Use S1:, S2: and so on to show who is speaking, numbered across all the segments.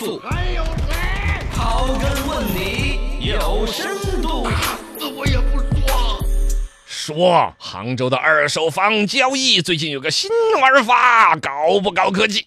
S1: 富，还有谁？刨根问底有深度。
S2: 死我也不说。
S3: 说杭州的二手房交易最近有个新玩法，高不高科技？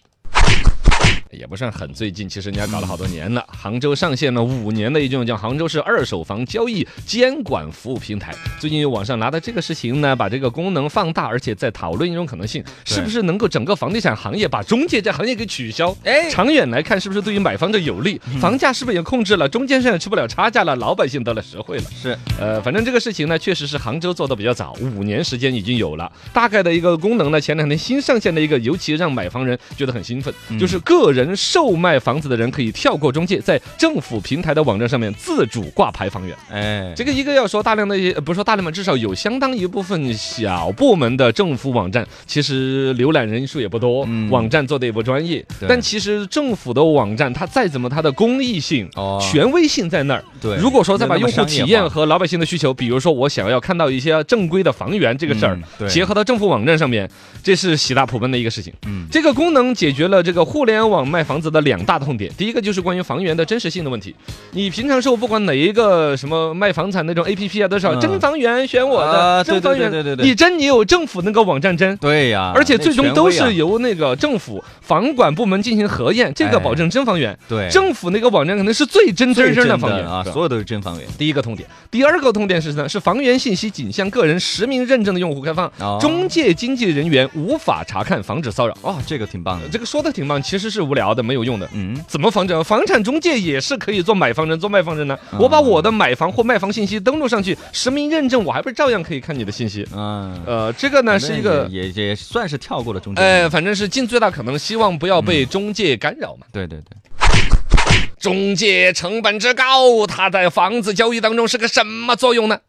S3: 也不算很最近，其实人家搞了好多年了。杭州上线了五年的一种叫杭州市二手房交易监管服务平台，最近有网上拿到这个事情呢，把这个功能放大，而且在讨论一种可能性，
S1: 嗯
S3: 是不是能够整个房地产行业把中介这行业给取消？
S1: 哎嗯
S3: 长远来看，是不是对于买方就有利？房价是不是也控制了？中间商也吃不了差价了，老百姓得了实惠了。
S1: 是，
S3: 呃，反正这个事情呢，确实是杭州做的比较早，五年时间已经有了。大概的一个功能呢，前两天新上线的一个，尤其让买房人觉得很兴奋，
S1: 嗯
S3: 就是个人售卖房子的人可以跳过中介，在政府平台的网站上面自主挂牌房源。
S1: 哎，
S3: 这个一个要说大量的，呃不是说大量吧，至少有相当一部分小部门的政府网站，其实浏览人数也不多，
S1: 嗯
S3: 网站做的也不专业。
S1: 对
S3: 但其实政府的网站，它再怎么它的公益性、
S1: 哦
S3: 权威性在那儿。
S1: 对
S3: 如果说再把
S1: 没有
S3: 用
S1: 那么
S3: 户
S1: 商业
S3: 体
S1: 化
S3: 验和老百姓的需求，比如说我想要看到一些正规的房源这个事儿
S1: 嗯对，
S3: 结合到政府网站上面，这是喜大普奔的一个事情。
S1: 嗯
S3: 这个功能解决了这个互联网卖房子的两大痛点，第一个就是关于房源的真实性的问题。你平常时候不管哪一个什么卖房产那种 A P P 啊，多少
S1: 嗯
S3: 真房源选我
S1: 啊
S3: 的，
S1: 对
S3: 真房源，
S1: 对对对对对
S3: 你真你有政府那个网站真。
S1: 对呀，
S3: 而且最终都
S1: 那
S3: 是
S1: 权威啊
S3: 由那个政府房管部门进行核验，这个
S1: 哎
S3: 保证真房源。
S1: 对
S3: 政府那个网站可能是最真真
S1: 真
S3: 真的
S1: 的
S3: 房源
S1: 啊，
S3: 对
S1: 所有都是真房源。
S3: 第一个痛点，第二个痛点是什么？是房源信息仅向个人实名认证的用户开放，
S1: 哦
S3: 中介经纪人员无法查看，防止骚扰。
S1: 哦，这个挺棒的。
S3: 这个说的挺棒，其实是无聊的，没有用的。
S1: 嗯，
S3: 怎么防止？房产中介也是可以做买房人、做卖房人呢。
S1: 嗯
S3: 我把我的买房或卖房信息登录上去，实名认证，我还不是照样可以看你的信息？
S1: 嗯，
S3: 呃，这个呢
S1: 那
S3: 是一个，
S1: 也也也算是跳过了中间。
S3: 呃，，反正是尽最大可能，希望不要
S1: 嗯
S3: 被中介干扰嘛。
S1: 对对对，
S3: 中介成本之高，它在房子交易当中是个什么作用呢？呃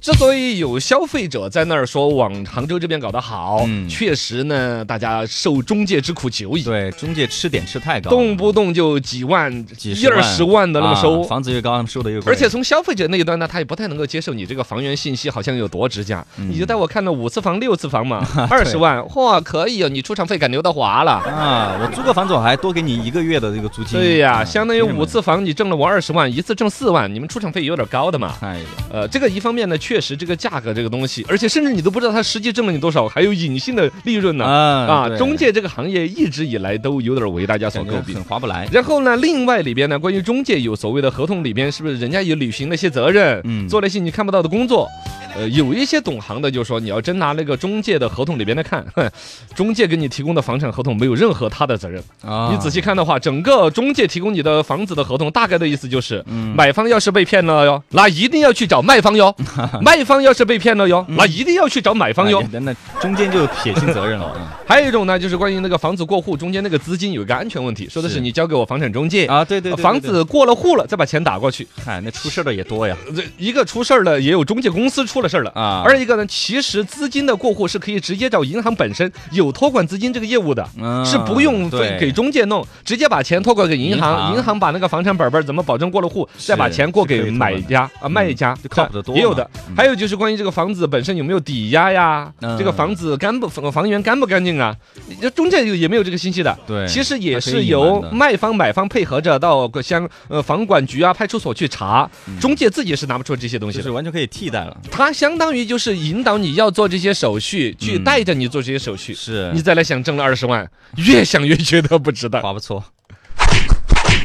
S3: 之所以有消费者在那儿说往杭州这边搞得好，
S1: 嗯
S3: 确实呢，大家受中介之苦久矣，
S1: 对中介吃点吃太高了，
S3: 动不动就几万、
S1: 几
S3: 一二十万的那么收。
S1: 啊房子越高，他们收的越贵。
S3: 而且从消费者那一端呢，他也不太能够接受你这个房源信息好像有多值价，
S1: 嗯
S3: 你就带我看了五次房、六次 房嘛，二十万，嚯，可以哦，你出场费赶刘德华了。
S1: 啊，我租个房子我还多给你一个月的这个租金。
S3: 对呀、
S1: 啊
S3: 相当于
S1: 凭什么
S3: 五次房你挣了我二十万，一次挣四万，你们出场费有点高的嘛。
S1: 哎呀，
S3: 呃，这个一方面呢，确实这个价格这个东西，而且甚至你都不知道它实际挣了你多少，还有隐性的利润呢。啊，
S1: 啊对
S3: 中介这个行业一直以来都有点为大家所
S1: 感觉
S3: 诟病
S1: 很。划不来。
S3: 然后呢，另外里边呢，关于中介有所谓的合同里边，是不是人家也履行了一些责任，
S1: 嗯
S3: 做了一些你看不到的工作？呃，有一些懂行的就说，你要真拿那个中介的合同里边来看，哼，中介给你提供的房产合同没有任何他的责任。
S1: 啊
S3: 你仔细看的话，整个中介提供你的房子的合同，大概的意思就是，
S1: 嗯
S3: 买方要是被骗了哟，那一定要去找卖 方哟；卖方要是被骗了哟，那一定要去找买方哟
S1: 嗯哎。那那中间就撇清责任 了嗯
S3: 还有一种呢，就是关于那个房子过户中间那个资金有一个安全问题，说的是
S1: 是
S3: 你交给我房产中介
S1: 嗯。啊！对对，对对
S3: 房
S1: 对
S3: 子过了户了，再把钱打过去。
S1: 嗨，那出事儿的也多呀。
S3: 这一个出事儿了，也有中介公司出了事儿了
S1: 啊
S3: 而一个呢，其实资金的过户是可以直接找银行本身有托管资金这个业务的，
S1: 嗯
S3: 是不用
S1: 对
S3: 分给中介弄，直接把钱托管给银
S1: 银
S3: 行，
S1: 行
S3: 银行把那个房产本本怎么保证过了户，再把钱
S1: 是
S3: 过
S1: 可
S3: 给
S1: 以托
S3: 买
S1: 管的
S3: 家啊卖家
S1: 就，靠谱得多
S3: 也有
S1: 嘛
S3: 的
S1: 嗯。
S3: 还有就是关于这个房子本身有没有抵押呀，
S1: 嗯
S3: 这个房子干不房源干不干净啊？这中介也没有这个信息的。
S1: 对，
S3: 其实也
S1: 它可以
S3: 是
S1: 隐
S3: 由
S1: 瞒的
S3: 卖方、买方配合着到个相呃房管局啊、派出所去查，
S1: 嗯
S3: 中介自己是拿不出这些东西
S1: 就
S3: 的
S1: 是。完全可以替代了。
S3: 他相当于就是引导你要做这些手续，去
S1: 嗯
S3: 带着你做这些手续，
S1: 是
S3: 你再来想挣了二十万，越想越觉得不值当。
S1: 划不错。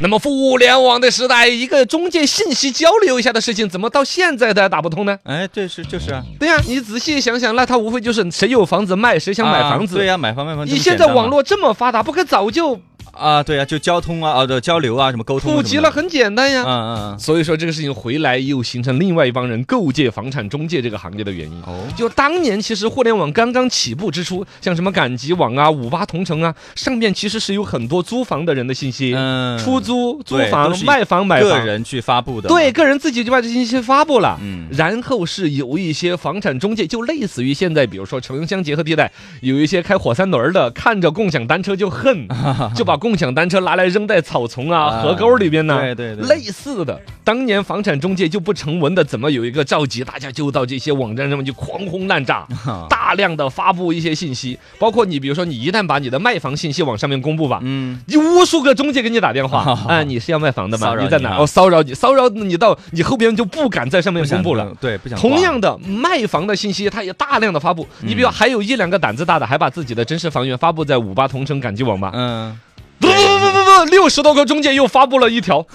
S3: 那么互联网的时代，一个中介信息交流一下的事情，怎么到现在它打不通呢？
S1: 哎，对，是就是啊，
S3: 对呀、你仔细想想，那它无非就是谁有房子卖，谁想买
S1: 啊
S3: 房子。
S1: 对呀，买房卖房这
S3: 你
S1: 么
S3: 现
S1: 简单吗。
S3: 在网络这么发达，不可早就
S1: 啊，对呀，就交通啊，啊，对，交流啊，什么沟通
S3: 普及了，
S1: 很。
S3: 很简单呀。
S1: 嗯嗯嗯。
S3: 所以说这个事情回来又形成另外一帮人构建房产中介这个行业的原因。
S1: 哦，
S3: 就当年其实互联网刚刚起步之初，像什么赶集网啊、五八同城啊，上面其实是有很多租房的人的信息，
S1: 嗯
S3: 出租、租
S1: 对
S3: 房
S1: 都、是以
S3: 卖房、买
S1: 个
S3: 房。
S1: 人去发布的嘛，
S3: 对，个人自己就把这信息发布了，
S1: 嗯
S3: 然后是有一些房产中介，就类似于现在， 比如说城乡结合地带，有一些开火三轮儿的，看着共享单车就恨，就把共享单车拿来扔在草丛啊、
S4: 啊
S3: 河沟里边呢。
S4: 对对对
S3: 类似的，当年房产中介就不成文的，怎么有一个召集，大家就到这些网站上面去狂轰 滥炸，
S4: 啊
S3: 大量的发布一些信息，包括你，比如说你一旦把你的卖房信息往上面公布吧，
S4: 嗯，
S3: 你无数个中介给你打电话 啊，你是要卖房的吗
S4: 骚？扰
S3: 你在
S4: 你
S3: 哪？
S4: 啊
S3: 哦，骚扰你，骚扰你到你后边就不敢在上面
S4: 不想
S3: 公布
S4: 弄
S3: 了。
S4: 对，不想
S3: 同
S4: 挂嗯
S3: 样的，卖房的信息它也大量的发布。你比如还有一两个胆子大的，还把自己的真实房源发布在五八同城赶集网吧。
S4: 嗯，
S3: 不不不不不，六十多个中介又发布了 一条，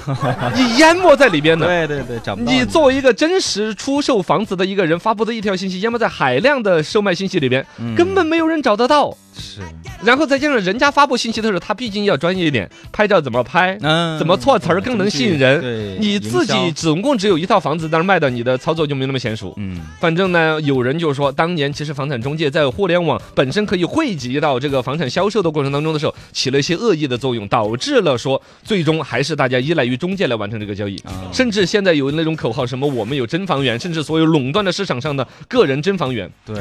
S3: 你淹没在里边呢。
S4: 对对对，找不到
S3: 嗯你作为一个真实出售房子的一个人，发布的一条信息淹没在海量的售卖信息里边，
S4: 嗯
S3: 根本没有人找得到。
S4: 是
S3: 然后再加上人家发布信息的时候，他毕竟要专业一点，拍照怎么拍，
S4: 嗯，
S3: 怎么措辞儿更能吸引人
S4: 对，
S3: 你
S4: 营
S3: 自己
S4: 销
S3: 总共只有一套房子，但是卖的你的操作就没那么娴熟。
S4: 嗯
S3: 反正呢，有人就说，当年其实房产中介在互联网本身可以汇集到这个房产销售的过程当中的时候，起了一些恶意的作用，导致了说最终还是大家依赖于中介来完成这个交易。
S4: 啊
S3: 甚至现在有那种口号，什么我们有真房源，甚至所有垄断的市场上的个人真房源，
S4: 对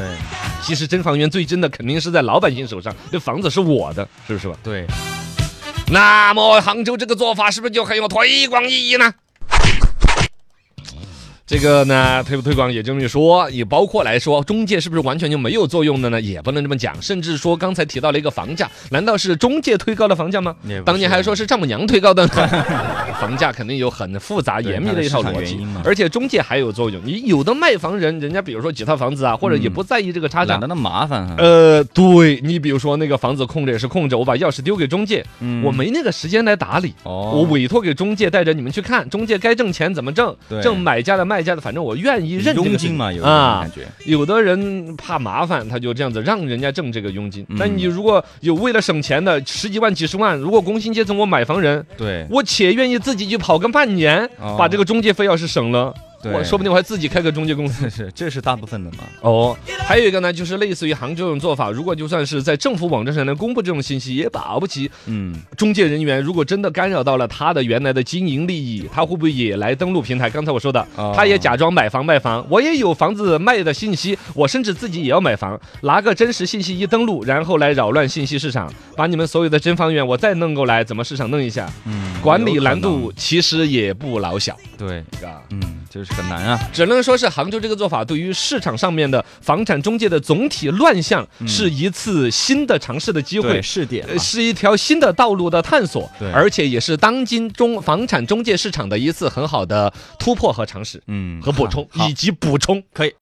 S3: 其实真房源最真的肯定是在老百姓手上，这房子是我的，是不是吧？
S4: 对，
S3: 那么杭州这个做法是不是就很有推广意义呢？这个呢，推不推广也这么一说，也包括来说，中介是不是完全就没有作用的呢？也不能这么讲，甚至说刚才提到了一个房价，难道是中介推高了房价吗
S4: 也不？是
S3: 当年还说是丈母娘推高的呢， 房价肯定有很复杂
S4: 对
S3: 严密的一套
S4: 它
S3: 逻
S4: 的市场
S3: 辑
S4: 原因嘛，
S3: 而且中介还有作用。你有的卖房人，人家比如说几套房子啊，或者也不在意这个差价
S4: 嗯懒，得那么麻烦啊哈，
S3: 呃，对你比如说那个房子空着也是空着，我把钥匙丢给中介，
S4: 嗯
S3: 我没那个时间来打理。
S4: 哦，
S3: 我委托给中介带着你们去看，中介该挣钱怎么挣，
S4: 对
S3: 挣买家的卖家的，反正我愿意认这个
S4: 佣
S3: 事
S4: 金
S3: 情
S4: 嘛，有一种
S3: 啊
S4: 感。觉，
S3: 有的人怕麻烦，他就这样子让人家挣这个佣金。
S4: 嗯
S3: 但你如果有为了省钱的十几万、几十万，如果工薪阶层我买房人，
S4: 对
S3: 我且愿意自己去跑个半年，
S4: 哦
S3: 把这个中介费要是省了，
S4: 对
S3: 我说不定我还自己开个中介公司。
S4: 这是这是大部分的嘛，
S3: 哦，还有一个呢，就是类似于杭州这种做法，如果就算是在政府网站上能公布这种信息，也保不齐
S4: 嗯，
S3: 中介人员如果真的干扰到了他的原来的经营利益，他会不会也来登录平台？刚才我说的
S4: 哦，
S3: 他也假装买房卖房，我也有房子卖的信息，我甚至自己也要买房，拿个真实信息一登录，然后来扰乱信息市场，把你们所有的真房源我再弄过来，怎么市场弄一下？
S4: 嗯
S3: 管
S4: 有
S3: 理
S4: 可
S3: 难
S4: 能
S3: 度其实也不老小
S4: 对，
S3: 啊。
S4: 嗯，就是很难啊，
S3: 只能说是杭州这个做法对于市场上面的房产中介的总体乱象是一次新的尝试的机会
S4: 嗯对，。试点
S3: 呃
S4: 嘛
S3: 是一条新的道路的探索
S4: 对，
S3: 而且也是当今中房产中介市场的一次很好的突破和尝试
S4: 嗯
S3: 和补充，
S4: 好好
S3: 以及补充。
S4: 可以。